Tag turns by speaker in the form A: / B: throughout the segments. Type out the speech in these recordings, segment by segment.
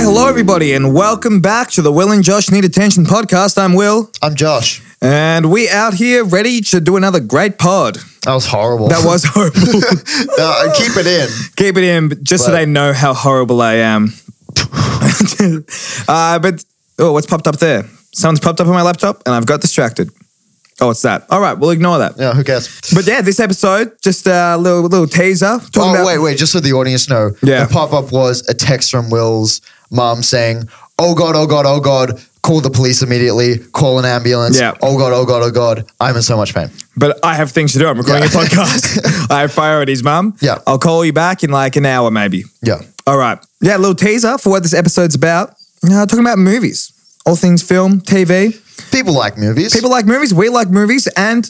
A: everybody, and welcome back to the Will and Josh Need Attention podcast. I'm Will,
B: I'm Josh.
A: and we out here ready to do another great pod.
B: That was horrible.
A: That was horrible.
B: no, I keep it in.
A: Keep it in, but just so
B: But-
A: they know how horrible I am. uh, but oh, what's popped up there? Someone's popped up on my laptop, and I've got distracted. Oh, it's that. All right, we'll ignore that.
B: Yeah, who cares?
A: But yeah, this episode, just a little little teaser. Talking
B: oh,
A: about,
B: wait, wait. Just so the audience know,
A: Yeah.
B: the pop up was a text from Will's mom saying, "Oh God, oh God, oh God." Call the police immediately. Call an ambulance.
A: Yeah.
B: Oh God! Oh God! Oh God! I'm in so much pain.
A: But I have things to do. I'm recording
B: Yeah.
A: a podcast. I have priorities, mum.
B: Yeah.
A: I'll call you back in like an hour, maybe.
B: Yeah.
A: All right. Yeah, a little teaser for what this episode's about. Uh, talking about movies, all things film, TV.
B: People like movies.
A: People like movies. We like movies. And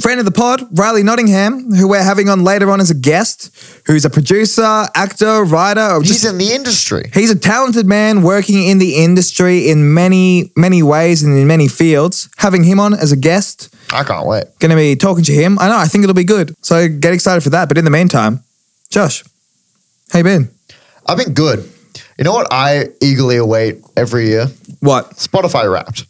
A: friend of the pod, Riley Nottingham, who we're having on later on as a guest, who's a producer, actor, writer. Or
B: He's
A: just,
B: in the industry.
A: he's a talented man working in the industry in many, many ways and in many fields. Having him on as a guest
B: I can't wait.
A: going to be talking to him. I know. I think it'll be good. So get excited for that. But in the meantime, Josh, how you been?
B: I've been good. You know what? I eagerly await every year.
A: What?
B: Spotify Wrapped.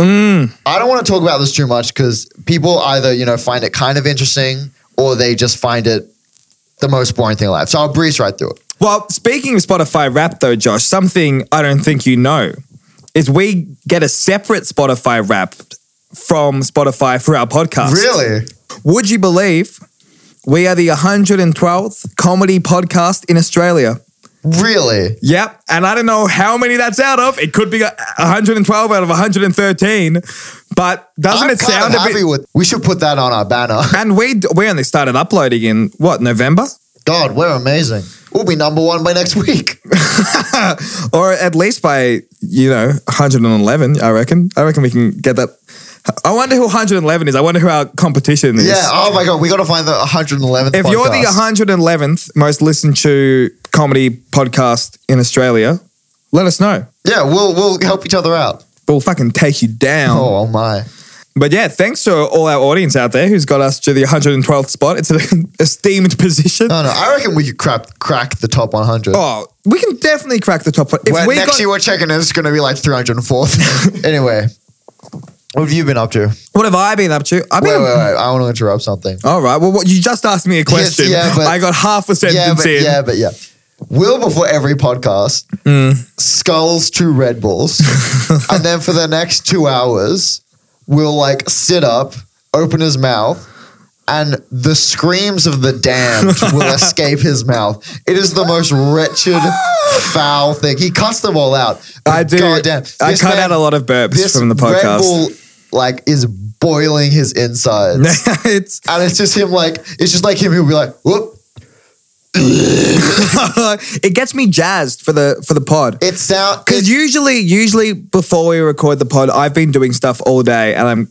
B: I don't want to talk about this too much because people either you know find it kind of interesting or they just find it the most boring thing alive. So I'll breeze right through it.
A: Well, speaking of Spotify Wrapped, though, Josh, something I don't think you know is we get a separate Spotify Wrapped from Spotify for our podcast.
B: Really?
A: Would you believe we are the 112th comedy podcast in Australia?
B: Really?
A: Yep. And I don't know how many that's out of. It could be 112 out of 113, but doesn't
B: I'm
A: it
B: kind
A: sound
B: of
A: a
B: happy
A: bit?
B: with. We should put that on our banner.
A: And we we only started uploading in what November,
B: God, we're amazing. We'll be number one by next week.
A: or at least by you know 111. I reckon. I reckon we can get that. I wonder who 111 is. I wonder who our competition is.
B: Yeah. Oh my God, we got to find the 111th.
A: If you're the
B: podcast.
A: 111th most listened to comedy podcast in Australia, let us know.
B: yeah, we'll we'll help each other out.
A: We'll fucking take you down.
B: Oh, my.
A: But yeah, thanks to all our audience out there who's got us to the 112th spot. It's an esteemed position.
B: No, no. I reckon we could crap, crack the top 100.
A: Oh, we can definitely crack the top. one. If
B: When
A: we
B: next
A: got,
B: year we're checking, it's going to be like 304th. anyway, what have you been up to? Wait,
A: what have I been up to? I've
B: wait,
A: been.
B: wait. I want to interrupt something.
A: All right. Well, what, you just asked me a question.
B: yeah, but-
A: I got half a
B: Yeah,
A: sentence
B: but
A: in.
B: yeah, but yeah. Will before every podcast
A: Mm.
B: skulls two Red Bulls, and then for the next two hours will like sit up, open his mouth, and the screams of the damned will escape his mouth. It is the most wretched, foul thing. He cuts them all out.
A: I do.
B: Goddamn,
A: I
B: This
A: cut
B: man-
A: out a lot of burps
B: this
A: from the
B: Red
A: podcast.
B: Bull like is boiling his insides,
A: it's
B: and it's just him like it's just like him. He'll be like, "Whoop."
A: it gets me jazzed for the for the pod.
B: It's sound
A: Because usually, usually before we record the pod, I've been doing stuff all day, and I'm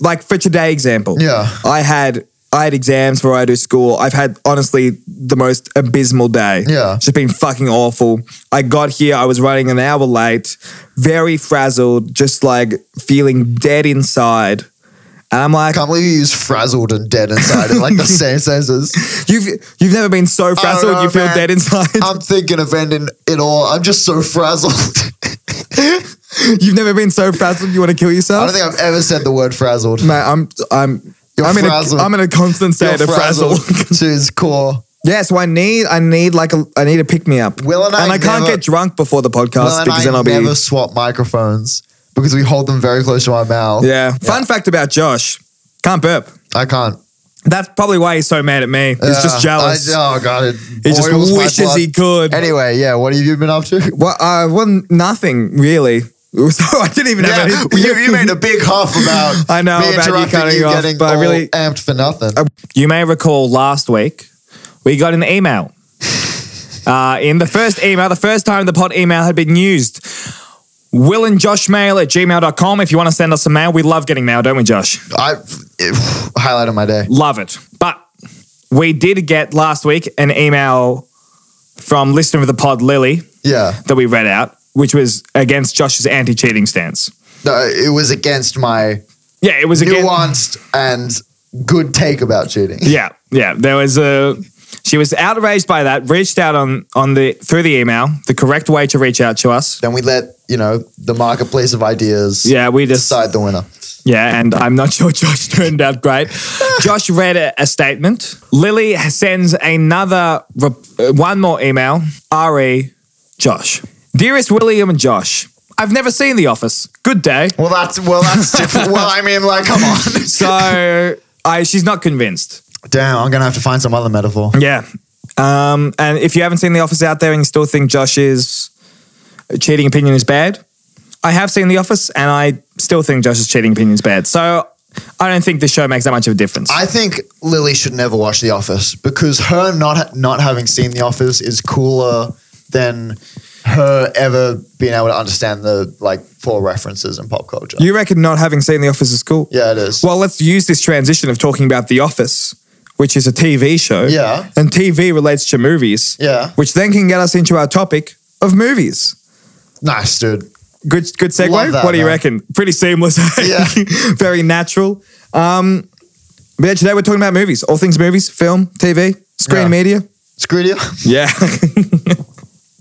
A: like for today example.
B: Yeah.
A: I had I had exams where I do school. I've had honestly the most abysmal day.
B: Yeah.
A: just been fucking awful. I got here, I was running an hour late, very frazzled, just like feeling dead inside. And I'm like,
B: I can't believe you use frazzled and dead inside in like the same sentences.
A: you've you've never been so frazzled.
B: know,
A: you feel
B: man.
A: dead inside.
B: I'm thinking of ending it all. I'm just so frazzled.
A: you've never been so frazzled. You want to kill
B: I
A: yourself?
B: don't think I've ever said the word frazzled.
A: Mate, I'm I'm.
B: You're
A: I'm in, a,
B: frazzled.
A: I'm in a constant
B: You're
A: state of frazzled.
B: to his core.
A: Yeah, so I need I need like a I need a pick me up.
B: Will and I
A: can't
B: never-
A: get drunk before the podcast
B: Well, and
A: because then
B: I
A: I'll be
B: never swap microphones because we hold them very close to my mouth.
A: yeah. Fun fact about Josh, can't burp.
B: I can't.
A: That's probably why he's so mad at me. He's
B: Yeah,
A: just jealous.
B: I, oh god, it
A: he just
B: boils my
A: wishes
B: blood.
A: he could.
B: Anyway, yeah. What have you been up to?
A: Well, uh, well, nothing really. So I didn't even
B: Yeah,
A: have any.
B: you, you made a big huff about
A: I know, about
B: me
A: you
B: interrupting
A: cutting
B: you
A: off,
B: getting
A: but I
B: all
A: really-
B: amped for nothing.
A: You may recall last week we got an email. Uh, in the first email, the first time the pod email had been used, Will and Josh mail at gmail.com. If you want to send us some mail, we love getting mail, don't we, Josh?
B: I it, highlight of my day.
A: Love it. But we did get last week an email from listener of the pod, Lily,
B: Yeah,
A: that we read out, which was against Josh's anti cheating stance.
B: no, it was against my
A: Yeah, it was against.
B: nuanced and good take about cheating.
A: Yeah, yeah. There was a. She was outraged by that. Reached out on on the through the email, the correct way to reach out to us.
B: Then we let, you know, the marketplace of ideas
A: Yeah, we just
B: decide the winner.
A: Yeah, and I'm not sure Josh turned out great. Josh read a, a statement. Lily sends another, rep- uh, one more email. Re, Josh, dearest William and Josh, I've never seen The Office. Good day.
B: Well, that's well, that's different. well, I mean, like, come on.
A: So I, she's not convinced.
B: Damn, I'm gonna have to find some other metaphor.
A: Yeah. Um, and if you haven't seen The Office out there and you still think Josh's cheating opinion is bad, I have seen The Office and I still think Josh's cheating opinion is bad. So I don't think the show makes that much of a difference.
B: I think Lily should never watch The Office because her not not having seen The Office is cooler than her ever being able to understand the like four references in pop culture.
A: You reckon not having seen The Office is cool?
B: yeah, it is.
A: Well, let's use this transition of talking about The Office, which is a TV show.
B: Yeah.
A: And TV relates to movies.
B: Yeah.
A: Which then can get us into our topic of movies.
B: nice, dude.
A: Good good segue.
B: Love that,
A: what do you
B: man.
A: reckon? Pretty seamless.
B: Yeah.
A: Very natural. Um but yeah, today we're talking about movies. All things movies, film, TV, screen
B: Yeah.
A: media.
B: Screw you.
A: Yeah.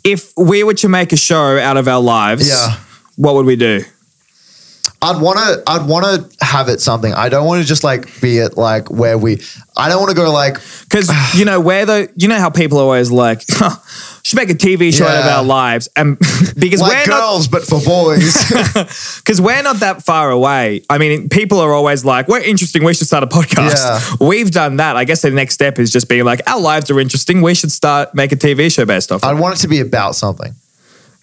A: if we were to make a show out of our lives,
B: Yeah.
A: what would we do?
B: I'd want to. I'd want to have it something. I don't want to just like be it like where we. I don't want to go like
A: Because you know where the you know how people are always like, huh, should make a TV show out of
B: Yeah.
A: our lives, and because
B: like
A: we're not
B: girls, but for boys.
A: because we're not that far away. I mean, people are always like, we're interesting. We should start a podcast. We've done that. I guess the next step is just being like, our lives are interesting. We should start make a TV show based off it.
B: I'd want it to be about something.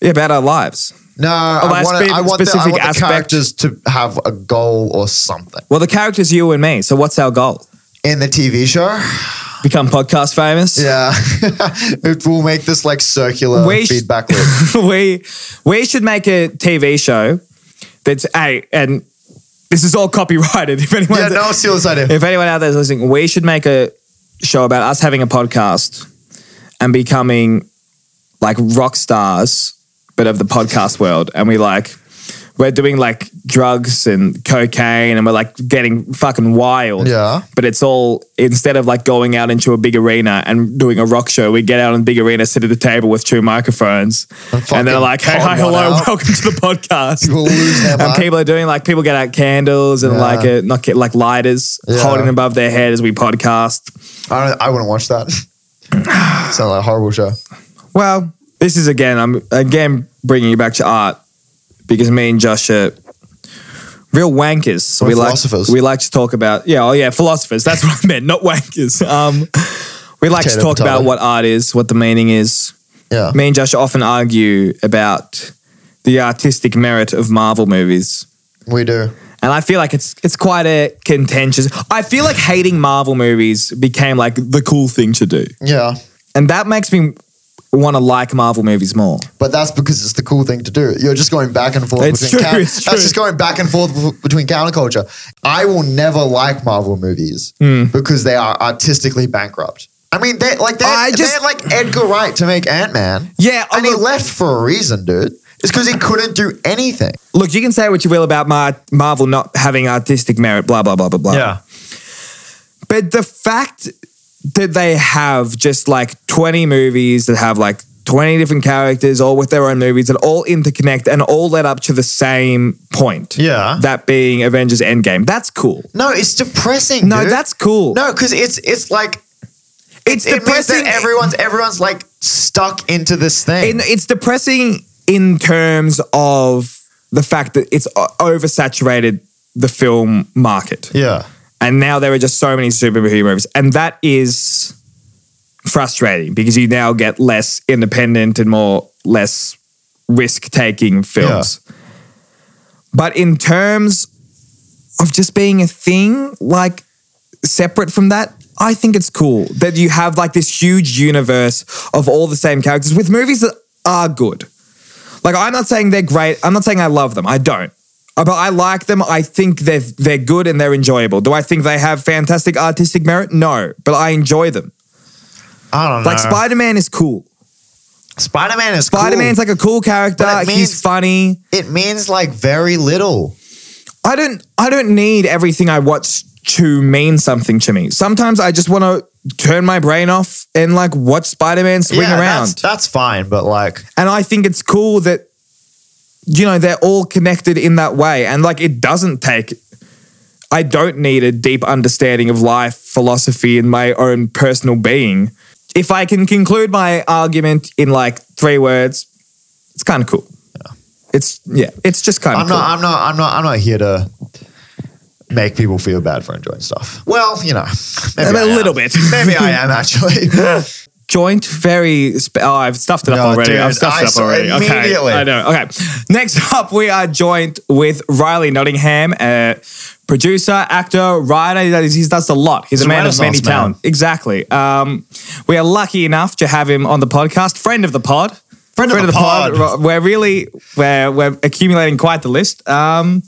A: yeah, about our lives.
B: No, I
A: Oh, that's
B: want, it,
A: been
B: I want the, I
A: specific
B: want the
A: aspect.
B: characters to have a goal or something
A: Well, the characters you and me. So what's our goal?
B: in the TV show.
A: Become podcast famous.
B: Yeah, it will make this like circular
A: We sh-
B: feedback loop.
A: we we should make a TV show that's a and this is all copyrighted. If anyone
B: yeah, no one steal this idea.
A: If anyone out there is listening, we should make a show about us having a podcast and becoming like rock stars, but of the podcast world. And we like, we're doing like drugs and cocaine and we're like getting fucking wild.
B: Yeah.
A: But it's all, instead of like going out into a big arena and doing a rock show, we get out in a big arena, sit at a table with two microphones. And,
B: fucking
A: they're like, hey,
B: pod
A: hi,
B: one
A: hello,
B: out."
A: welcome to the podcast
B: People lose their
A: and
B: mind.
A: people are doing like people get out candles and
B: Yeah.
A: like a, not get, like lighters
B: Yeah.
A: holding them above their head as we podcast.
B: I, don't, I wouldn't watch that. Sounds like a horrible show.
A: Well, this is again I'm again bringing you back to art because me and Josh are real wankers. So
B: We're
A: we like
B: philosophers.
A: we like to talk about yeah oh yeah philosophers. That's what I meant, not wankers. Um, we like to
B: Potato,
A: talk about
B: potato.
A: what art is, what the meaning is.
B: Yeah,
A: Me and Josh often argue about the artistic merit of Marvel movies.
B: we do.
A: And I feel like it's it's quite a contentious. I feel like hating Marvel movies became like the cool thing to do,
B: Yeah,
A: and that makes me want to like Marvel movies more.
B: but that's because it's the cool thing to do. You're just going back and forth
A: It's
B: between.
A: true,
B: coun-
A: it's true.
B: That's just going back and forth bef- between counterculture. I will never like Marvel movies
A: Hmm.
B: because they are artistically bankrupt. I mean, they like they
A: I
B: are
A: just-
B: they're like Edgar Wright to make Ant Man.
A: Yeah, I
B: and he
A: look,
B: left for a reason, dude. It's because he couldn't do anything.
A: look, you can say what you will about Mar- Marvel not having artistic merit, blah blah blah blah blah. But the fact that they have just like 20 movies that have like 20 different characters, all with their own movies that all interconnect and all led up to the same point.
B: Yeah.
A: That being Avengers Endgame. That's cool.
B: No, it's depressing.
A: No,
B: dude.
A: that's cool.
B: no, because it's it's like
A: it's
B: it means that
A: depressing.
B: everyone's everyone's like stuck into this
A: in,
B: thing.
A: it's depressing in terms of the fact that it's o- oversaturated the film market.
B: yeah,
A: And now there are just so many superhero movies. And that is frustrating because you now get less independent and more less risk taking films. But in terms of just being a thing, like separate from that, I think it's cool that you have like this huge universe of all the same characters with movies that are good. Like I'm not saying they're great. I'm not saying I love them. I don't. Uh, But I like them. I think they're they're good and they're enjoyable. Do I think they have fantastic artistic merit? No, but I enjoy them.
B: I don't know.
A: Like Spider Man is cool.
B: Spider Man is
A: Spider Man's
B: Cool.
A: like a cool character.
B: But it
A: He's
B: means-
A: funny.
B: it means like very little.
A: I don't I don't need everything I watch to mean something to me. Sometimes I just want to turn my brain off and like watch Spider Man swing
B: Yeah,
A: around.
B: That's, that's fine, but like,
A: And I think it's cool that, you know, they're all connected in that way. And like, it doesn't take, I don't need a deep understanding of life, philosophy, and my own personal being. If I can conclude my argument in like three words, it's kind of cool. It's, yeah, it's just kind
B: I'm
A: of cool.
B: not, I'm not, I'm not, I'm not here to make people feel bad for enjoying stuff. Well, you know, maybe
A: a
B: I am.
A: little bit.
B: Maybe I am actually.
A: Joint, very. Sp- oh, I've stuffed it up
B: No,
A: already.
B: dude,
A: I've stuffed
B: I
A: it up
B: saw
A: already.
B: it
A: Okay,
B: immediately.
A: I know. Okay, next up we are joined with Riley Nottingham, uh, producer, actor, writer. That is, he does a lot. He's,
B: He's
A: a
B: a
A: man of many
B: renaissance man.
A: talents. Exactly. Um, we are lucky enough to have him on the podcast. Friend of the pod.
B: Friend of the pod.
A: We're really we're we're accumulating quite the list. Um,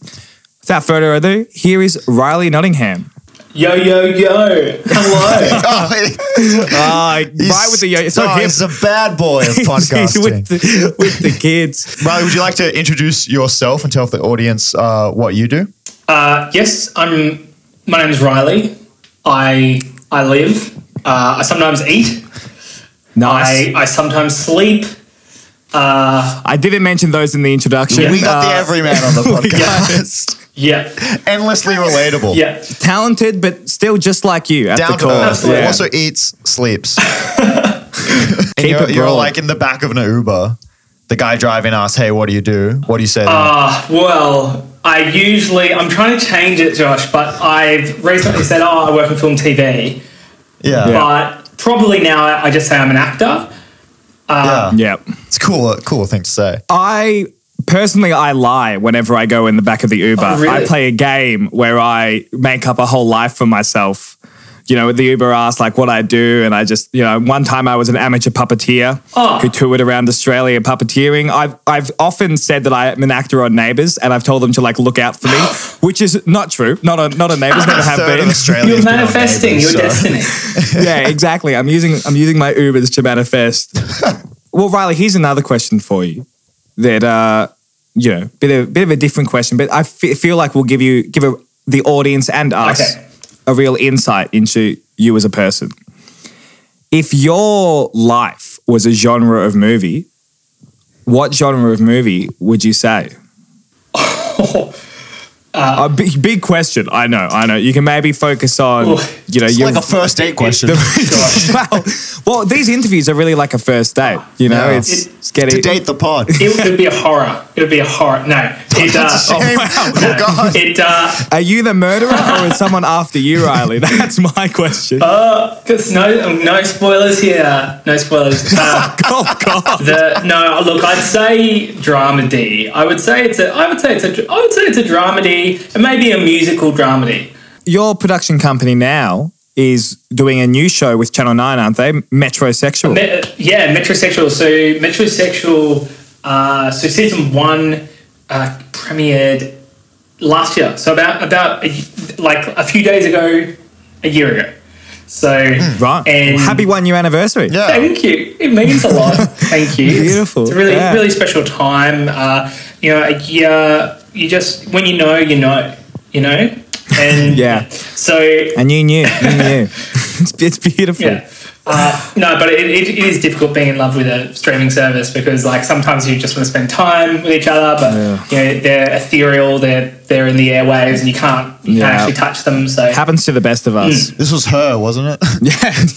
A: without further ado, here is Riley Nottingham.
C: Yo, yo, yo. Hello.
B: oh, it-
A: Uh, right with the yo. It's
B: oh,
A: not him.
B: He's a bad boy of podcasting.
A: with, the, with the kids.
B: Riley, would you like to introduce yourself and tell the audience uh, what you do?
C: uh, yes, I'm. My name is Riley. I I live. Uh, I sometimes eat.
A: Nice.
C: I, I sometimes sleep. Uh,
A: I didn't mention those in the introduction.
C: Yeah.
B: We got
A: Uh,
B: the everyman on the podcast.
C: yeah,
B: Endlessly relatable.
C: yeah.
A: talented, but still just like you at
B: Down
A: the
B: to
A: core.
B: earth.
C: Yeah.
B: Also eats, sleeps. and
A: Keep
B: you're,
A: it
B: you're
A: broad.
B: like in the back of an Uber. The guy driving asks, "Hey, what do you do? What do you say?" to him?
C: Uh, well, I usually I'm trying to change it, Josh, but I've recently said, oh, I work in film TV,
B: yeah.
A: Yeah.
B: yeah,
C: but probably now I just say I'm an actor.
A: Yeah.
B: It's cool, a cool thing to say.
A: I personally I lie whenever I go in the back of the Uber.
C: Oh, really?
A: I play a game where I make up a whole life for myself. You know, the Uber asked like what I do, and I just you know, one time I was an amateur puppeteer
C: Oh.
A: who toured around Australia puppeteering. I've I've often said that I am an actor on Neighbours, and I've told them to like look out for me, which is not true. Not on not on Neighbours, never have
B: Third of
A: been.
B: Australians
C: You're
B: being on
C: manifesting
B: Neighbours,
C: your
B: so-
C: destiny.
A: yeah, exactly. I'm using I'm using my Ubers to manifest. well, Riley, here's another question for you. That uh, you know, bit of bit of a different question, but I fe- feel like we'll give you give a, the audience and us
C: Okay.
A: a real insight into you as a person. If your life was a genre of movie, what genre of movie would you say? a big, big question. I know, I know. You can maybe focus on,
C: Ooh.
A: you know,
B: It's
A: your
B: like a first date question.
A: well, well, these interviews are really like a first date. You know,
B: Yeah.
A: it's,
C: It-
A: it's getting.
B: to date the pod.
C: It would be a horror. It would be a horror. No, it,
B: That's a
C: uh,
B: shame.
C: no.
B: Oh, God.
C: It uh,
A: Are you the murderer or is someone after you, Riley? That's my question.
C: Uh, Cause no, no spoilers here. No spoilers. Uh,
A: oh God!
C: the, no, look, I'd say dramedy. I would say it's a. I would say it's a. I would say it's a dramedy, and maybe a musical dramedy.
A: Your production company now is doing a new show with Channel Nine, aren't they? Metrosexual.
C: Me- uh, yeah, metrosexual. So metrosexual. Uh, so season one uh, premiered last year. So about about a, like a few days ago, a year ago. So
A: Hmm, right.
C: and
A: Happy one year anniversary.
B: Yeah.
C: Thank you. It means a lot. Thank you.
A: Beautiful.
C: It's a really,
A: Yeah.
C: really special time. Uh, you know, a year. You just when you know, you know, you know, and
A: Yeah.
C: So
A: And you knew, you knew. it's, it's beautiful.
C: yeah. Uh, no, but it, it, it is difficult being in love with a streaming service because, like, sometimes you just want to spend time with each other, but you know they're ethereal, they're they're in the airwaves, and you can't you
A: Yeah.
C: can't actually touch them. So
A: Happens to the best of us.
C: Mm.
B: This was her, wasn't it?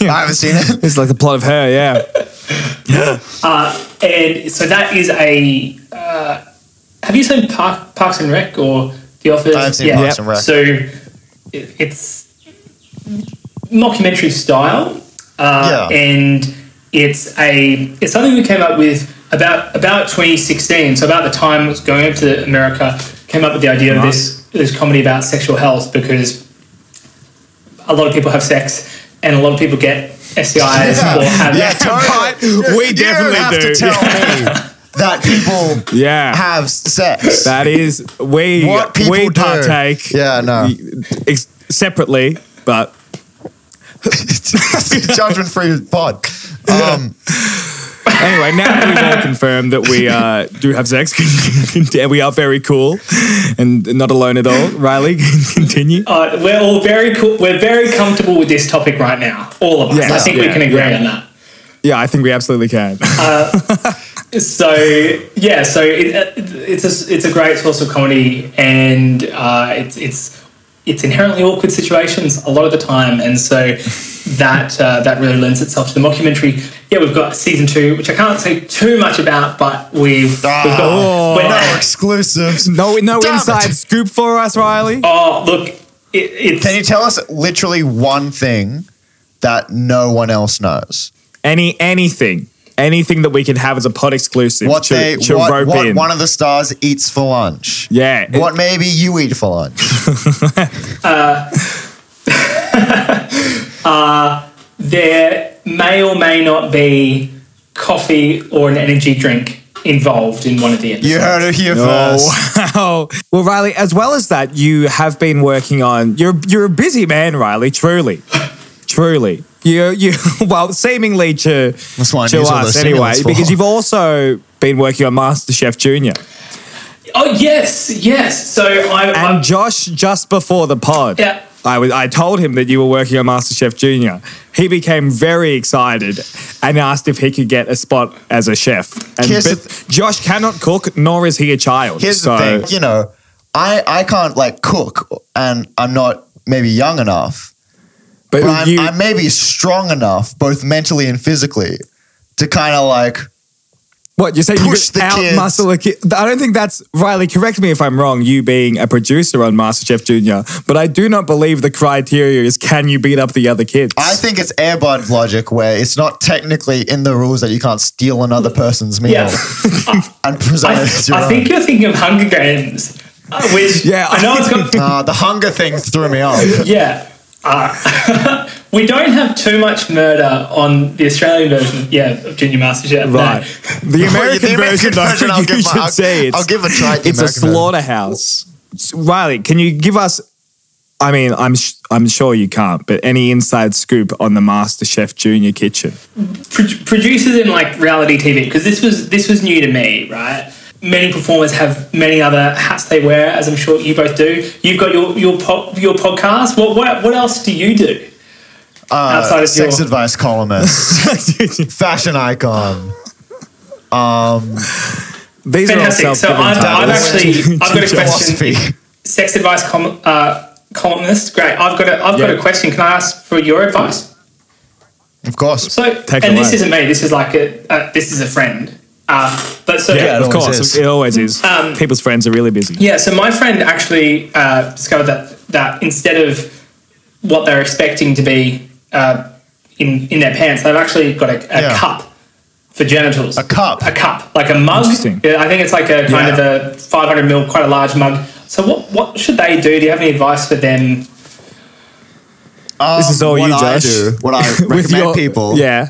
A: Yeah.
B: I haven't seen it.
A: It's like the plot of her. Yeah.
C: and so that is a. Uh, have you seen Park, Parks and Rec or The Office?
B: I've seen
A: Parks
B: Parks
A: and
B: and Rec.
C: So it, it's mockumentary style, uh,
B: Yeah.
C: and it's a it's something we came up with about about 2016. So about the time it was going over to America, came up with the idea of this this comedy about sexual health because a lot of people have sex and a lot of people get STIs or have
B: Yeah, totally.
A: We
B: You
A: definitely
B: don't have
A: do.
B: to tell me that people
A: Yeah.
B: have sex.
A: That is we
B: what people
A: we
B: do.
A: partake.
B: Yeah, no.
A: ex- separately, but
B: Judgment free pod. Um,
A: Anyway, now that we've all confirmed that we uh, do have sex, and we are very cool and not alone at all, Riley, continue.
C: Uh, we're all very cool. We're very comfortable with this topic right now. All of us.
A: Yeah.
C: I think we
A: Yeah,
C: can agree
A: yeah.
C: on that.
A: Yeah, I think we absolutely can.
C: So yeah, so it, uh, it's a it's a great source of comedy, and uh, it's it's it's inherently awkward situations a lot of the time, and so that uh, that really lends itself to the mockumentary. Yeah, we've got season two, which I can't say too much about, but we've, we've got.
A: Oh.
C: we're-
B: No exclusives.
A: No, no
B: Damn
A: inside
B: it.
A: scoop for us, Riley.
C: oh look, it, it's
B: Can you tell us literally one thing that no one else knows?
A: Any anything, anything that we can have as a pod exclusive
B: What
A: to,
B: they,
A: to
B: what,
A: rope
B: what
A: in.
B: one of the stars eats for lunch?
A: yeah, it-
B: What maybe you eat for lunch?
C: there may or may not be coffee or an energy drink involved in one of the episodes.
B: You heard it here first.
A: Oh wow! Well, Riley, as well as that, you have been working on. You're you're a busy man, Riley. Truly, truly. You you well, seemingly to
B: That's why I
A: to
B: use all
A: us
B: those
A: anyway,
B: stimulants for.
A: because you've also been working on MasterChef Junior
C: Oh yes, yes. So I,
A: and
C: I
A: Josh just before the pod.
C: Yeah.
A: I was I told him that you were working on MasterChef Junior. He became very excited and asked if he could get a spot as a chef. And
B: Here's the
A: but Josh cannot cook, nor is he a child.
B: Here's
A: so,
B: the thing, you know, I, I can't like cook and I'm not maybe young enough,
A: but
B: but I'm,
A: you,
B: I'm maybe strong enough, both mentally and physically, to kind of like
A: What you're saying?
B: Push
A: you
B: the
A: out
B: kids.
A: muscle a kid? I don't think that's Riley. Correct me if I'm wrong. You being a producer on MasterChef Junior, but I do not believe the criteria is can you beat up the other kids?
B: I think it's airbud logic where it's not technically in the rules that you can't steal another person's meal
C: Yeah.
B: and present
C: I,
B: it as your
C: I
B: own.
C: think you're thinking of Hunger Games, uh, which
A: Yeah,
C: I know it's got.
B: Uh, the hunger thing threw me off.
C: Yeah, uh, we don't have too much murder on the Australian version. Yeah, of Junior MasterChef. no.
A: right. The American
B: The
A: version, though,
B: I'll
A: you
B: give my-
A: should
B: I'll-
A: say it's,
B: I'll give a try. at the
A: it's a
B: American version.
A: slaughterhouse. Riley, can you give us? I mean, I'm sh- I'm sure you can't, but any inside scoop on the MasterChef Junior kitchen?
C: pro- producers in like reality TV because this was this was new to me, right? Many performers have many other hats they wear, as I'm sure you both do. You've got your your po- your podcast. What what what else do you do outside of your?
B: Uh, Sex advice columnist, fashion icon.
A: These are all
C: Fantastic. So
A: self-given
C: I'm, I'm
A: titles.
C: actually I've got a
B: Philosophy.
C: question. Sex advice com- uh, columnist. Great. I've got a I've got
A: Yeah.
C: a question. Can I ask for your advice?
B: Of course.
C: So
A: Take it
C: and this
A: away.
C: isn't me. This is like a uh, this is a friend. Uh, but so
A: Yeah,
B: it
A: of
B: always
A: course.
B: is.
A: It always is. People's friends are really busy.
C: Yeah, so my friend actually uh, discovered that that instead of what they're expecting to be uh, in in their pants, they've actually got a, a
B: Yeah.
C: cup for genitals.
B: A cup?
C: A cup, like a mug.
A: Interesting.
C: Yeah, I think it's like a kind of a 500 mil, quite a large mug. So what what should they do? Do you have any advice for them?
B: Um,
A: This is all
B: what
A: you,
B: I
A: Josh.
B: do, what I recommend people. Um,
A: Yeah.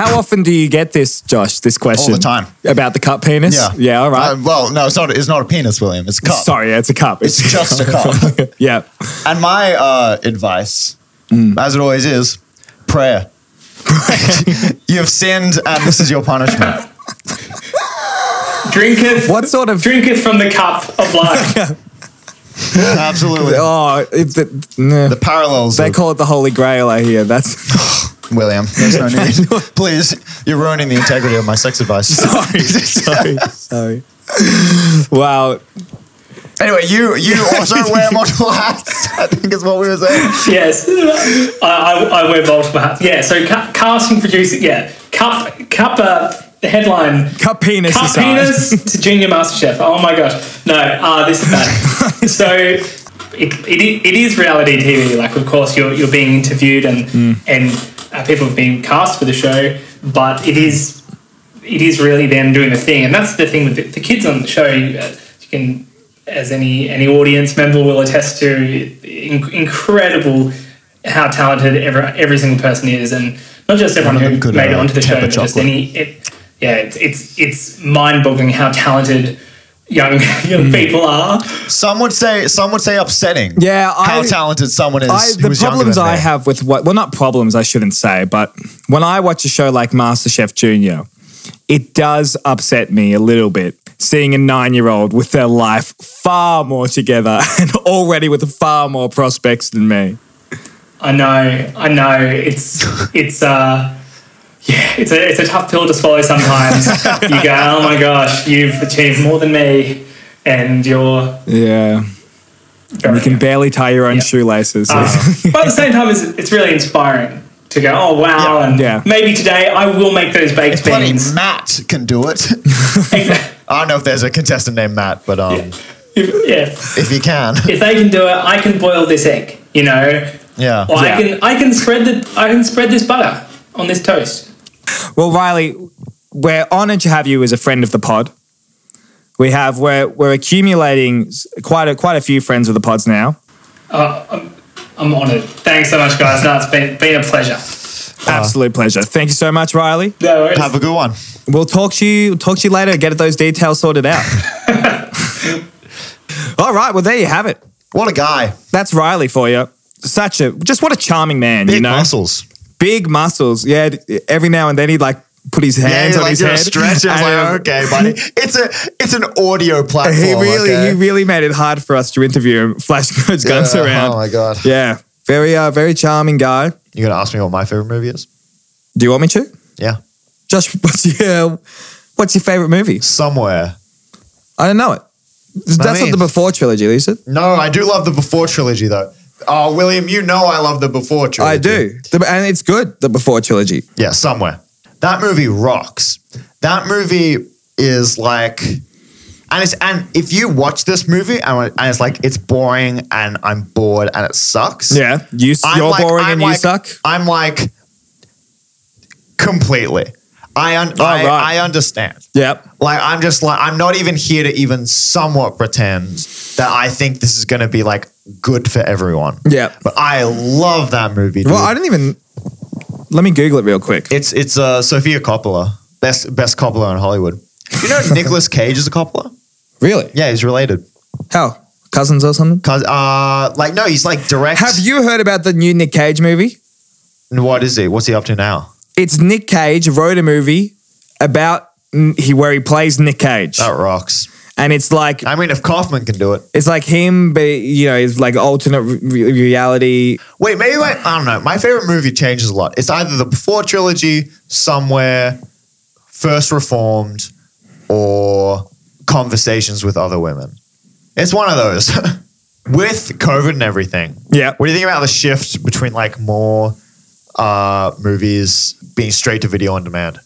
A: How often do you get this, Josh? This question
B: time.
A: about the cup penis.
B: Yeah.
A: Yeah. All right.
B: Uh, well, no, it's not. It's not a penis, William. It's a cup.
A: Sorry, yeah, it's a cup.
B: It's just a cup.
A: yeah.
B: And my uh, advice,
A: Mm.
B: as it always is, prayer. You've sinned, and this is your punishment.
C: Drinketh,
A: What sort of?
C: drinketh from the cup of life.
B: Absolutely.
A: Oh, if the, no.
B: The parallels.
A: they
B: of-
A: call it the Holy Grail. I hear that's.
B: William, there's no need. Please, you're ruining the integrity of my sex advice.
A: sorry, sorry, sorry. Wow.
B: anyway, you you also wear multiple hats. I think is what we were saying.
C: yes, I, I, I wear multiple hats. Yeah, so ca- casting, producing, yeah, cup, cup. Uh, the headline
A: Cup penis.
C: Cut
A: aside.
C: penis to junior MasterChef. Oh my gosh. No, uh, this is bad. so it, it, i- it is reality TV. Like, of course, you're, you're being interviewed and, and uh, people have been cast for the show, but it is it is really them doing the thing. And that's the thing with the, the kids on the show. You, uh, you can, as any, any audience member will attest to, in, incredible how talented every, every single person is. And not just everyone
B: of them
C: who
B: could,
C: made it
B: uh,
C: onto the show,
B: temper
C: but just
B: chocolate.
C: any it, yeah, it's it's, it's mind boggling how talented young young people are.
B: Some would say some would say upsetting.
A: Yeah,
B: how
A: I-
B: talented someone is.
A: I,
B: who
A: the
B: is younger
A: problems
B: than
A: I
B: me.
A: have with what, well, not problems, I shouldn't say, but when I watch a show like MasterChef Junior, it does upset me a little bit seeing a nine year old with their life far more together and already with far more prospects than me.
C: I know, I know. It's it's uh yeah, it's a it's a tough pill to swallow sometimes. you go, oh my gosh, you've achieved more than me, and you're.
A: Yeah.
C: Very
A: You can barely tie your own
C: Yeah.
A: shoelaces.
B: Uh-huh.
C: Uh, but at the same time, it's, it's really inspiring to go, oh wow, and
A: Yeah.
C: maybe today I will make those baked
B: Bloody
C: beans.
B: Matt can do it. I don't know if there's a contestant named Matt, but um,
C: If- yeah,
B: if he can,
C: if they can do it, I can boil this egg. You know,
B: yeah.
C: or
A: Yeah.
C: I can I can spread the I can spread this butter on this toast.
A: Well, Riley, we're honoured to have you as a friend of the pod. We have we're we're accumulating s- quite a quite a few friends of the pods now.
B: Uh-huh.
C: Uh, I'm, I'm honoured. Thanks so much, guys. No, it's been been a pleasure.
A: Absolute pleasure. Thank you so much, Riley.
C: No worries.
B: Have a good one.
A: We'll talk to you talk to you later. Get those details sorted out. All right. Well, there you have it.
B: What a guy.
A: That's Riley for you. Such a just what a charming man.
B: Big
A: you know,
B: muscles.
A: big muscles. Yeah. d- Every now and then he'd like put his hands
B: yeah,
A: on
B: like
A: his
B: did
A: head.
B: a stretch. I was
A: And, um,
B: like, okay, buddy. It's a it's an audio platform.
A: He really
B: okay?
A: he really made it hard for us to interview him. Flash those guns
B: Yeah,
A: around.
B: Oh my god.
A: Yeah. Very uh very charming guy.
B: You're gonna ask me what my favorite movie is?
A: Do you want me to?
B: Yeah.
A: Josh, what's your what's your favorite movie?
B: Somewhere.
A: I don't know it. That's
B: mean-
A: not the before trilogy, is it?
B: No, I do love the Before trilogy though. Oh, William, you know I love the Before trilogy.
A: I do. The- and it's good, the before trilogy.
B: Yeah, somewhere. That movie rocks. That movie is like, and it's and if you watch this movie and, and it's like it's boring and I'm bored and it sucks.
A: Yeah. You
B: I'm
A: you're
B: like-
A: boring
B: I'm
A: and you
B: like-
A: suck.
B: I'm like completely. I un- I,
A: Oh, right.
B: I understand.
A: Yep.
B: Like I'm just like I'm not even here to even somewhat pretend that I think this is going to be like good for everyone.
A: Yep.
B: But I love that movie. Dude.
A: Well, I don't even let me Google it real quick.
B: It's it's uh, Sophia Coppola, best best Coppola in Hollywood. You know Nicolas Cage is a Coppola.
A: Really?
B: Yeah, he's related.
A: How? Cousins or something?
B: Cause uh, like no, he's like direct.
A: Have you heard about the new Nick Cage movie?
B: What is he? What's he up to now?
A: It's Nick Cage wrote a movie about n- he where he plays Nick Cage,
B: That rocks.
A: and it's like
B: I mean, if Kaufman can do it,
A: it's like him, but you know, it's like alternate re- reality.
B: wait, maybe my, I don't know. My favorite movie changes a lot. It's either the Before trilogy, Somewhere, First Reformed, or Conversations with Other Women. It's one of those. with COVID and everything,
A: Yeah,
B: What do you think about the shift between like more uh, movies being straight to video on demand?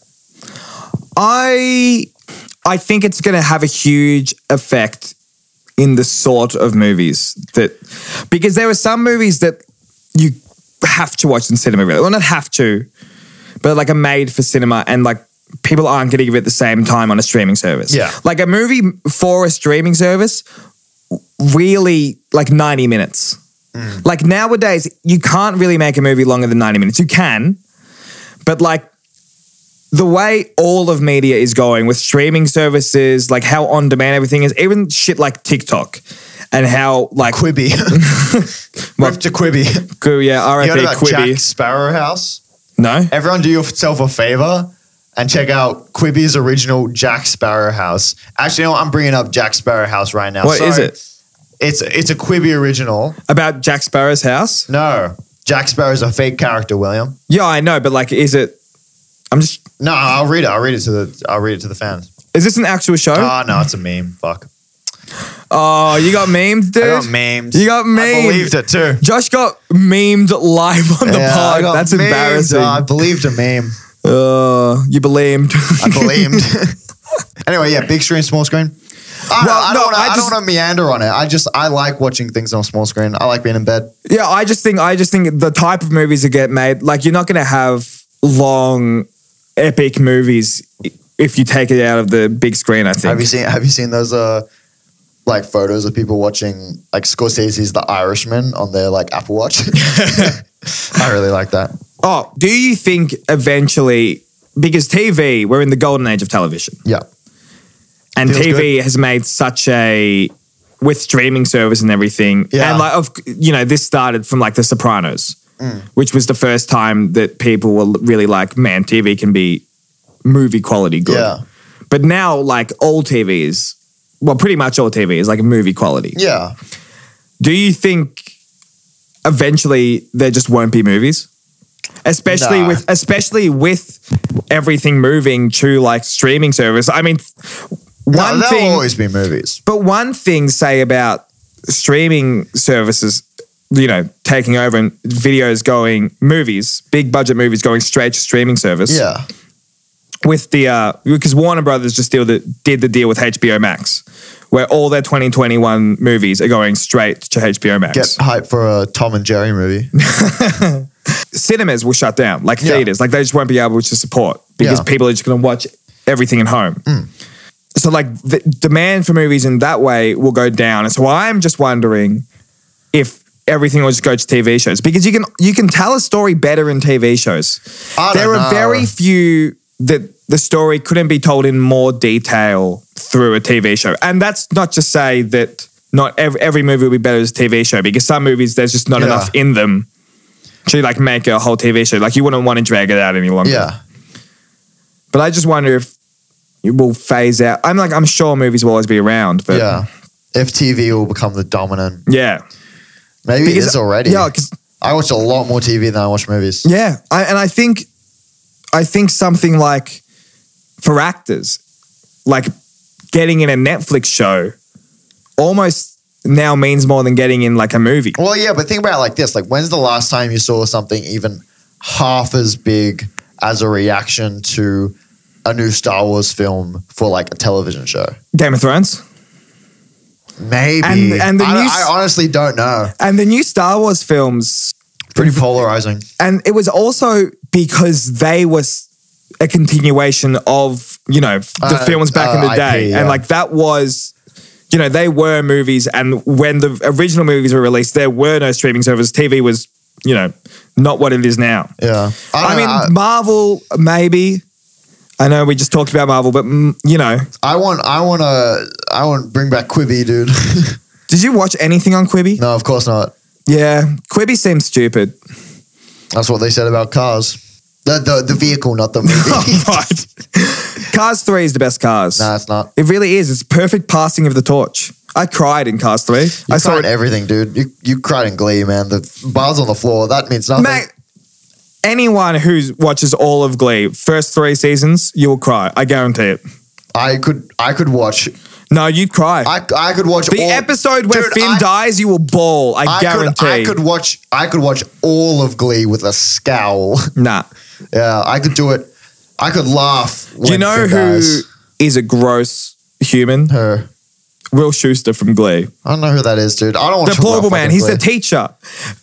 A: I I think it's going to have a huge effect in the sort of movies that because there are some movies that you have to watch in cinema really. Well, not have to, but like are made for cinema and like people aren't going to give it the same time on a streaming service.
B: Yeah.
A: Like a movie for a streaming service really like 90 minutes. Like nowadays you can't really make a movie longer than 90 minutes. You can, but like the way all of media is going with streaming services, like how on demand everything is, even shit like TikTok and how like
B: Quibi. Rip to Quibi.
A: Gu- yeah,
B: You
A: RIP
B: heard about
A: Quibi.
B: Jack Sparrow House?
A: No,
B: Everyone do yourself a favor and check out Quibi's original Jack Sparrow House. Actually, you know what? I'm bringing up Jack Sparrow House right now.
A: What
B: What
A: is
B: is
A: it?
B: It's it's a Quibi original.
A: about Jack Sparrow's house.
B: No, Jack Sparrow's a fake character, William.
A: Yeah, I know, but like, is it? I'm just.
B: No, I'll read it. I'll read it to the I'll read it to the fans.
A: Is this an actual show?
B: Oh no, it's a meme. Fuck.
A: oh, you got memed, dude.
B: I got memed.
A: You got
B: I
A: memed.
B: believed it too.
A: Josh got memed live on the
B: Yeah, I
A: pod.
B: got
A: That's
B: memed.
A: embarrassing.
B: Uh, I believed a meme.
A: Uh, you blamed.
B: I believed. anyway, yeah, big screen, small screen. I don't,
A: Well,
B: I
A: no,
B: don't wanna,
A: I
B: I,
A: just-
B: don't want to meander on it. I just I like watching things on small screen. I like being in bed.
A: Yeah, I just think I just think the type of movies that get made, like you're not going to have long, epic movies i- if you take it out of the big screen. I
B: Have you
A: think.
B: seen Have you seen those uh like photos of people watching like Scorsese's The Irishman on their like Apple Watch? I really like that.
A: Oh, do you think eventually? Because TV, we're in the golden age of television.
B: Yeah,
A: and
B: Feels
A: TV has made such a with streaming service and everything.
B: Yeah.
A: And like of you know, this started from like The Sopranos,
B: Mm.
A: which was the first time that people were really like, man, TV can be movie quality good.
B: Yeah.
A: But now like all TVs, well, pretty much all TV is like movie quality.
B: Yeah.
A: Do you think eventually there just won't be movies? Especially
B: Nah.
A: with especially with everything moving to like streaming service. I mean
B: No,
A: one
B: there'll
A: thing
B: always be movies.
A: but one thing say about streaming services, you know, taking over and videos going movies, big budget movies going straight to streaming service.
B: Yeah.
A: With the uh because Warner Brothers just deal the, did the deal with HBO Max, where all their 2021 movies are going straight to HBO Max.
B: Get hyped for a Tom and Jerry movie.
A: cinemas will shut down, like
B: Yeah.
A: theaters, like they just won't be able to support because
B: Yeah. Hmm.
A: people are just going to watch everything at home. So, like, the demand for movies in that way will go down. And so, I'm just wondering if everything will just go to TV shows because you can you can tell a story better in TV shows.
B: I don't
A: There are
B: know.
A: very few that the story couldn't be told in more detail through a TV show, and that's not to say that. Not every, every movie will be better as a TV show because some movies there's just not
B: Yeah.
A: enough in them to like make a whole TV show. Like you wouldn't want to drag it out any longer.
B: Yeah.
A: But I just wonder if it will phase out. I'm like, I'm sure movies will always be around, but
B: Yeah. If TV will become the dominant,
A: yeah,
B: maybe it is already.
A: Yeah, 'cause-
B: I watch a lot more TV than I watch movies.
A: yeah, I, and I think, I think something like for actors, like getting in a Netflix show, almost now means more than getting in like a movie.
B: Well, yeah, but think about it like this: like, when's the last time you saw something even half as big as a reaction to a new Star Wars film for like a television show?
A: Game of Thrones
B: Maybe.
A: And- and the
B: I, don't-
A: new-
B: I honestly don't know.
A: and the new Star Wars films
B: Pretty polarizing.
A: and it was also because they were s- a continuation of you know f- the
B: Uh,
A: films back in the
B: uh,
A: day
B: IP,
A: and
B: yeah.
A: like that was you know they were movies and when the original movies were released there were no streaming services tv was you know not what it is now
B: Yeah.
A: i,
B: don't
A: mean
B: know,
A: marvel maybe i know we just talked about marvel but mm, you know
B: I, I want, I want to, I want bring back Quibi, dude.
A: did you watch anything on quibi
B: no, of course not.
A: yeah quibi seems stupid
B: That's what they said about cars. The the, the vehicle, not the
A: oh,
B: movie.
A: right. cars 3 is the best cars
B: no, it's not.
A: It really is. It's perfect passing of the torch. I cried in Cars 3.
B: You
A: I
B: I
A: saw
B: cried
A: it.
B: everything, dude. You you cried in glee, man. The bars on the floor, that means nothing.
A: Mate, anyone who watches all of Glee, first three seasons, you will cry. I guarantee it.
B: I could I could watch
A: No, you'd cry.
B: I, I could watch
A: the
B: all,
A: episode where
B: Dude,
A: Finn
B: I-
A: dies, you will bawl. I,
B: I
A: guarantee.
B: Could, I could watch I could watch all of Glee with a scowl.
A: nah.
B: yeah, I could do it. I could laugh. When
A: you know
B: Finn
A: who
B: dies.
A: is a gross human?
B: Her.
A: Will Schuster from Glee.
B: I don't know who that is, dude. I don't want to.
A: Deplorable man. He's
B: Glee.
A: the teacher.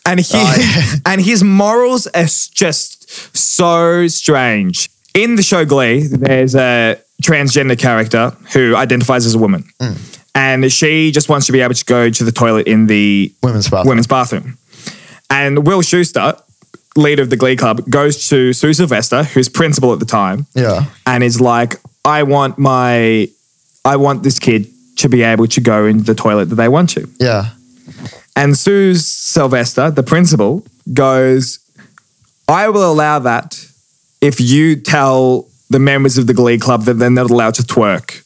A: And he
B: Oh, yeah.
A: and his morals are just so strange. In the show Glee, there's a transgender character who identifies as a woman.
B: Hmm.
A: And she just wants to be able to go to the toilet in the
B: women's bathroom.
A: women's bathroom. And Will Schuster, leader of the Glee Club, goes to Sue Sylvester, who's principal at the time,
B: Yeah,
A: and is like, I want my I want this kid to be able to go into the toilet that they want to.
B: yeah.
A: And Sue Sylvester, the principal, goes, I will allow that if you tell the members of the Glee Club that they're not allowed to twerk.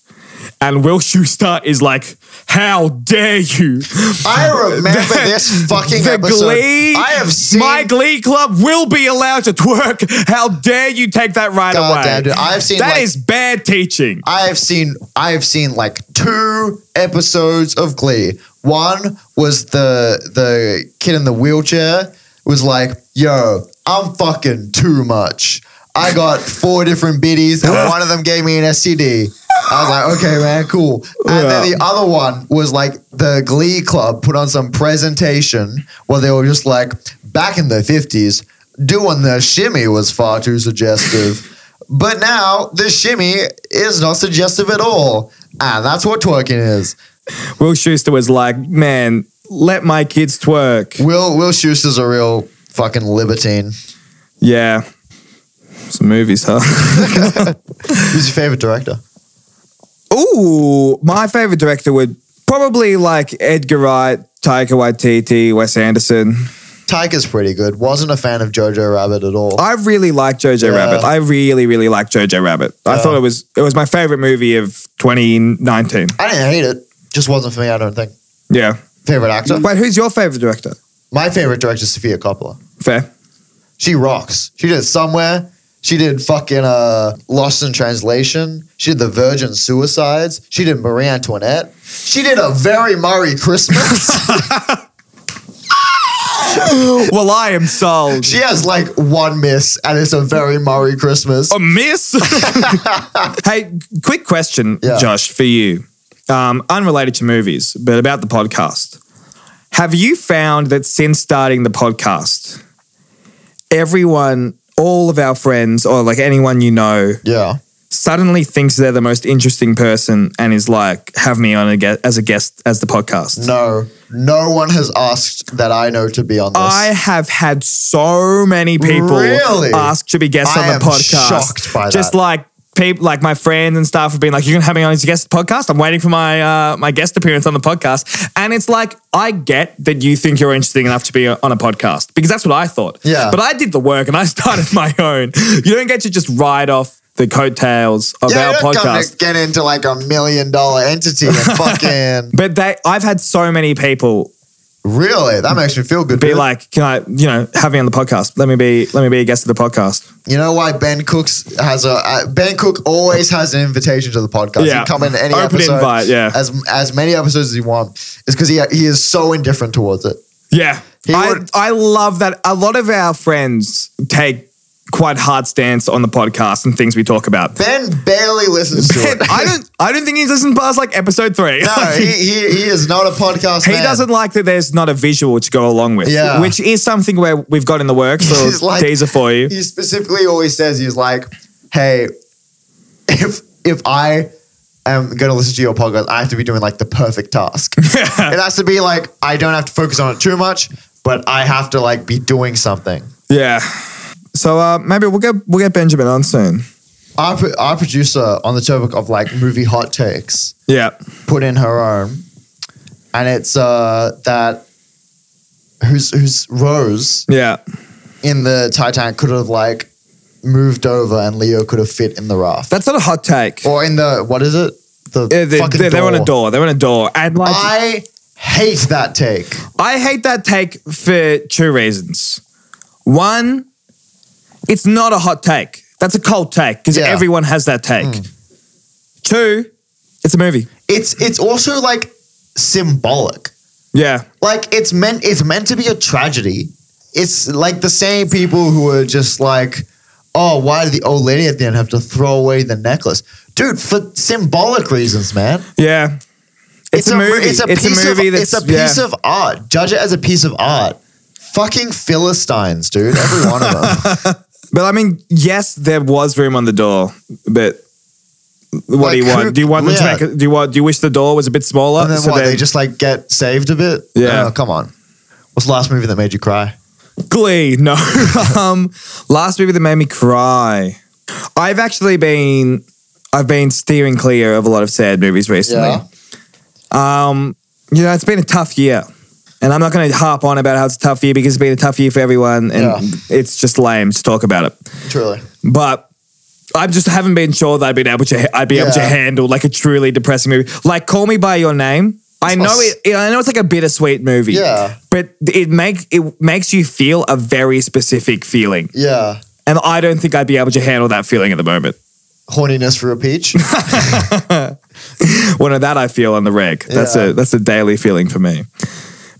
A: And Will Schuster is like, How dare you?
B: I remember this fucking
A: the
B: episode.
A: Glee,
B: I have seen.
A: my Glee Club will be allowed to twerk. How dare you take that right
B: God
A: away?
B: damn, dude. I've seen,
A: That
B: like-
A: is bad teaching.
B: I have seen I have seen like two episodes of Glee. One was the the kid in the wheelchair was like, "Yo, I'm fucking too much. I got four different biddies, and one of them gave me an STD." I was like, "Okay, man, cool." And then the other one was like the Glee Club put on some presentation where they were just like, "Back in the '50s, doing the shimmy was far too suggestive." But now the shimmy is not suggestive at all. And that's what twerking is.
A: Will Schuster was like, Man, let my kids twerk.
B: Will Will Schuster's a real fucking libertine.
A: Yeah. Some movies, huh?
B: Who's your favorite director?
A: Ooh, my favorite director would probably like Edgar Wright, Taika Waititi, Wes Anderson.
B: Tiger's pretty good. Wasn't a fan of Jojo Rabbit at all.
A: I really like Jojo
B: Yeah.
A: Rabbit. I really, really like Jojo Rabbit. I
B: Yeah.
A: thought it was it was my favorite movie of 2019.
B: I didn't hate it. Just wasn't for me, I don't think.
A: Yeah.
B: Favorite actor?
A: Wait, who's your favorite director?
B: My favorite director is Sofia Coppola.
A: Fair.
B: She rocks. She did Somewhere. She did fucking uh, Lost in Translation. She did The Virgin Suicides. She did Marie Antoinette. She did a very Murray Christmas.
A: Well, I am sold.
B: she has like one miss, and it's a very Murray Christmas.
A: A miss. hey, quick question,
B: Yeah.
A: Josh, for you. Um, unrelated to movies, but about the podcast. Have you found that since starting the podcast, everyone, all of our friends, or like anyone you know,
B: Yeah.
A: suddenly thinks they're the most interesting person and is like, have me on a guest, as a guest as the podcast?
B: No. No one has asked that I know to be on this.
A: I have had so many people
B: Really?
A: ask to be guests
B: I
A: on the
B: am
A: podcast.
B: shocked by
A: Just
B: that.
A: like people, like my friends and stuff have been like, "You're gonna have me on as a guest podcast." I'm waiting for my uh, my guest appearance on the podcast, and it's like I get that you think you're interesting enough to be uh, on a podcast because that's what I thought.
B: Yeah.
A: but I did the work and I started my own. You don't get to just ride off the coattails of
B: yeah,
A: our
B: you don't come
A: podcast.
B: to get into like a million dollar entity and fucking
A: But they, I've had so many people
B: really that makes me feel good.
A: be
B: dude.
A: like, "Can I, you know, have me on the podcast? Let me be, let me be a guest of the podcast."
B: You know why Ben Cooks has a uh, Ben Cook always has an invitation to the podcast.
A: Yeah.
B: He come in any
A: Open
B: episode,
A: invite, yeah.
B: as as many episodes as he wants, is because he he is so indifferent towards it.
A: Yeah.
B: He
A: I,
B: would-
A: I love that. A lot of our friends take quite hard stance on the podcast and things we talk about.
B: Ben barely listens to it.
A: I don't I don't think he's listened past like episode three.
B: no, he, he he is not a podcast.
A: He
B: man.
A: doesn't like that there's not a visual to go along with,
B: Yeah.
A: which is something where we've got in the works
B: He's
A: or
B: like-
A: teaser for you.
B: He specifically always says he's like, "Hey, if if I am going to listen to your podcast, I have to be doing like the perfect task. it has to be like I don't have to focus on it too much, but I have to like be doing something."
A: Yeah. So uh, maybe we'll get we'll get Benjamin on soon.
B: our, pro- our producer on the topic of like movie hot takes
A: Yeah.
B: put in her own, and it's uh that who's who's Rose
A: Yeah.
B: in the Titanic could have like moved over and Leo could have fit in the raft
A: That's not a hot take.
B: or in the what is it the
A: Yeah, they,
B: fucking
A: they- they're
B: door.
A: on a door. They're on a door. And like
B: I hate that take.
A: I hate that take for two reasons. One, it's not a hot take. That's a cold take because
B: Yeah. Hmm.
A: everyone has that take. Two, it's a movie.
B: It's it's also like symbolic.
A: Yeah.
B: like it's meant it's meant to be a tragedy. It's like the same people who are just like, oh, why did the old lady at the end have to throw away the necklace, dude? For symbolic reasons, man.
A: Yeah. It's, a, movie. It's a,
B: piece
A: movie
B: Of,
A: that's
B: it's a piece
A: yeah.
B: of art. Judge it as a piece of art. Fucking philistines, dude. Every one of them.
A: But I mean, yes, there was room on the door, but what do
B: Like,
A: you want?
B: who-
A: do you want them
B: yeah.
A: to make? it- Do you want? Do you wish the door was a bit smaller?
B: And then
A: Uh, so
B: what?
A: then-
B: They just like get saved a bit.
A: Yeah.
B: Oh, come on. What's the last movie that made you cry?
A: Glee. No. um, last movie that made me cry. I've actually been I've been steering clear of a lot of sad movies recently. Um, you know, it's been a tough year. And I'm not going to harp on about how it's a tough year because it's been a tough year for everyone and
B: Yeah.
A: it's just lame to talk about it.
B: truly.
A: But I just haven't been sure that I've been able to I'd be able to
B: Yeah.
A: handle like a truly depressing movie. Like Call Me by Your Name. I know it I know it's like a bittersweet movie.
B: Yeah.
A: But it make it makes you feel a very specific feeling.
B: Yeah.
A: And I don't think I'd be able to handle that feeling at the moment.
B: Horniness for a peach.
A: One of that I feel on the reg. That's
B: Yeah.
A: a that's a daily feeling for me.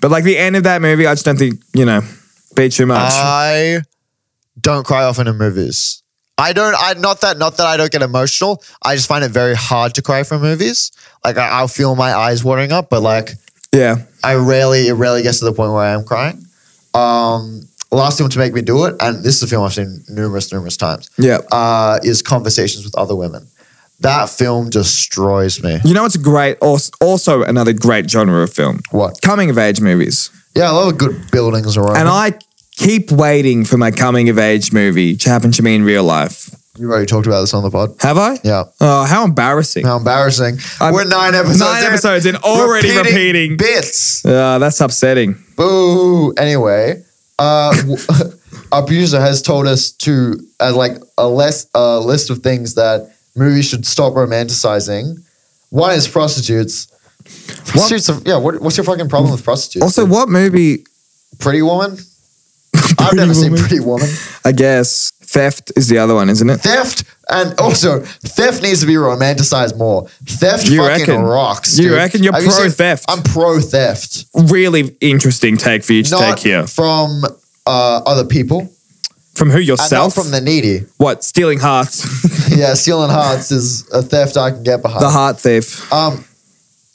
A: But like the end of that movie, I just don't think you know be too much.
B: Uh, I don't cry often in movies. I don't. I not that. Not that I don't get emotional. I just find it very hard to cry from movies. Like I, I'll feel my eyes watering up, but like
A: yeah,
B: I rarely. It rarely gets to the point where I am crying. Um, last film to make me do it, and this is a film I've seen numerous, numerous times.
A: yeah.
B: Uh, is Conversations with Other Women. That film destroys me.
A: You know what's great? Also, also another great genre of film,
B: What?
A: coming of age movies.
B: Yeah, I love a good buildings around.
A: And I keep waiting for my coming of age movie to happen to me in real life.
B: You've already talked about this on the pod.
A: Have I?
B: Yeah.
A: Oh, how embarrassing.
B: How embarrassing.
A: I'm-
B: We're nine episodes
A: Nine
B: in.
A: episodes in already repeating.
B: bits.
A: Uh, that's upsetting.
B: Boo. Anyway, uh, w- our producer has told us to uh, like a less a list of things that movies should stop romanticizing. One is prostitutes. Prostitutes. Are, yeah. What, what's your fucking problem with prostitutes?
A: Also, what movie?
B: Pretty Woman. I've
A: Pretty
B: never
A: Woman.
B: seen Pretty Woman.
A: I guess Theft is the other one, isn't it?
B: Theft and also theft needs to be romanticized more. Theft
A: You
B: fucking
A: reckon?
B: rocks.
A: You
B: dude.
A: reckon? You're
B: Have you
A: pro
B: seen-
A: theft.
B: I'm pro theft.
A: Really interesting take for you to
B: not
A: take here.
B: from uh, other people
A: From who
B: and
A: yourself?
B: not from the needy.
A: what stealing hearts?
B: yeah, stealing hearts is a theft I can get behind.
A: the heart thief.
B: um,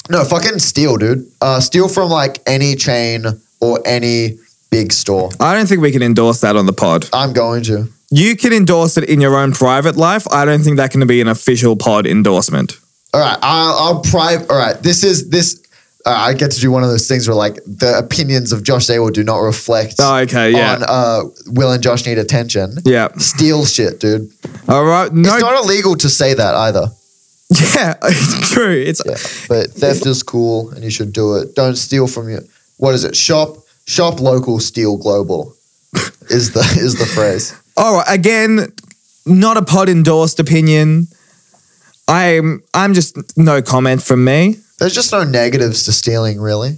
B: no, fucking steal, dude. Uh, steal from like any chain or any big store.
A: I don't think we can endorse that on the pod.
B: I'm going to.
A: You can endorse it in your own private life. I don't think that can be an official pod endorsement.
B: All right, I'll, I'll private. All right, this is this. Uh, I get to do one of those things where like the opinions of Josh Abel do not reflect
A: Oh, okay, yeah,
B: on uh, Will and Josh need attention.
A: yeah.
B: Steal shit, dude.
A: All right, no,
B: It's not illegal to say that either.
A: yeah, it's true. It's
B: Yeah, but theft is cool and you should do it. Don't steal from your what is it? Shop shop local, steal global is the is the phrase.
A: All right, again, not a pod endorsed opinion. I'm I'm just no comment from me.
B: There's just no negatives to stealing, really.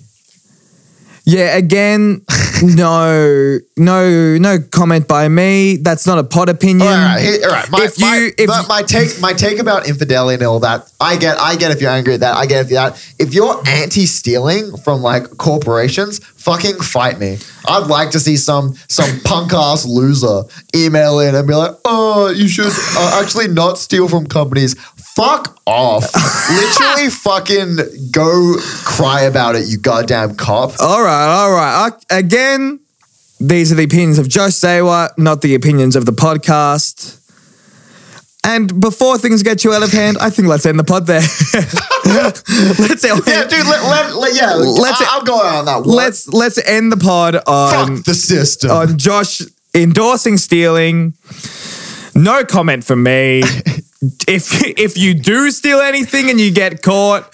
A: Yeah, again, no no no comment by me. That's not a pod opinion.
B: All right, he- all right. My,
A: If you-
B: my,
A: if-
B: my, my take my take about infidelity and all that. I get I get if you're angry at that. I get if you're that. If you're anti-stealing from like corporations, fucking fight me. I'd like to see some some punk ass loser email in and be like, "Oh, you should uh, actually not steal from companies." Fuck off. Literally fucking go cry about it, you goddamn cop.
A: All right, all right. I, again, these are the opinions of Josh Saywat, not the opinions of the podcast. And before things get too out of hand, I think let's end the pod there. let's end,
B: Yeah, dude, let, let, let- yeah,
A: Let's-
B: I, will go out on that one.
A: let's let's end the pod
B: fuck
A: on
B: the system.
A: on Josh endorsing stealing. No comment from me. if if you do steal anything and you get caught,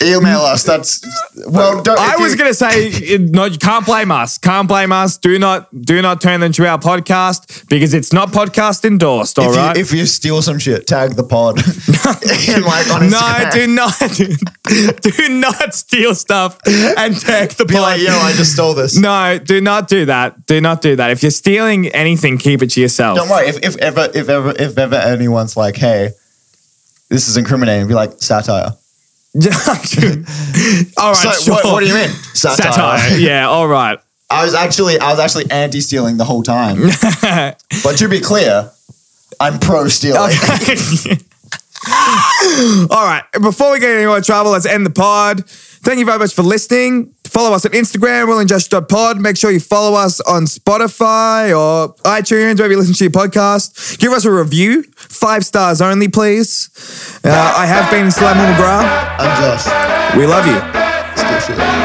B: Email us. That's well. Don't,
A: I
B: if
A: was
B: you-
A: gonna say it- no. You can't blame us. Can't blame us. Do not do not turn them to our podcast because it's not podcast endorsed. All
B: if
A: right.
B: You, if you steal some shit, tag the pod. and like on
A: no,
B: Instagram.
A: do not do not steal stuff and tag the
B: Be
A: pod.
B: like, yo, I just stole this.
A: No, do not do that. Do not do that. If you're stealing anything, keep it to yourself.
D: Don't worry. If, if ever if ever if ever anyone's like, hey, this is incriminating, be like satire.
A: all right.
D: So,
A: sure.
D: what, what do you mean?
A: Satire. yeah. All right.
D: I was actually I was actually anti-stealing the whole time. but to be clear, I'm pro-stealing.
A: All right. Before we get into more trouble, let's end the pod. Thank you very much for listening. Follow us on Instagram, willandjosh.pod. Make sure you follow us on Spotify or iTunes, wherever you listen to your podcast. Give us a review. Five stars only, please. Uh, I have been Slam McGrath.
B: I'm just
A: We love you.
B: steal shit.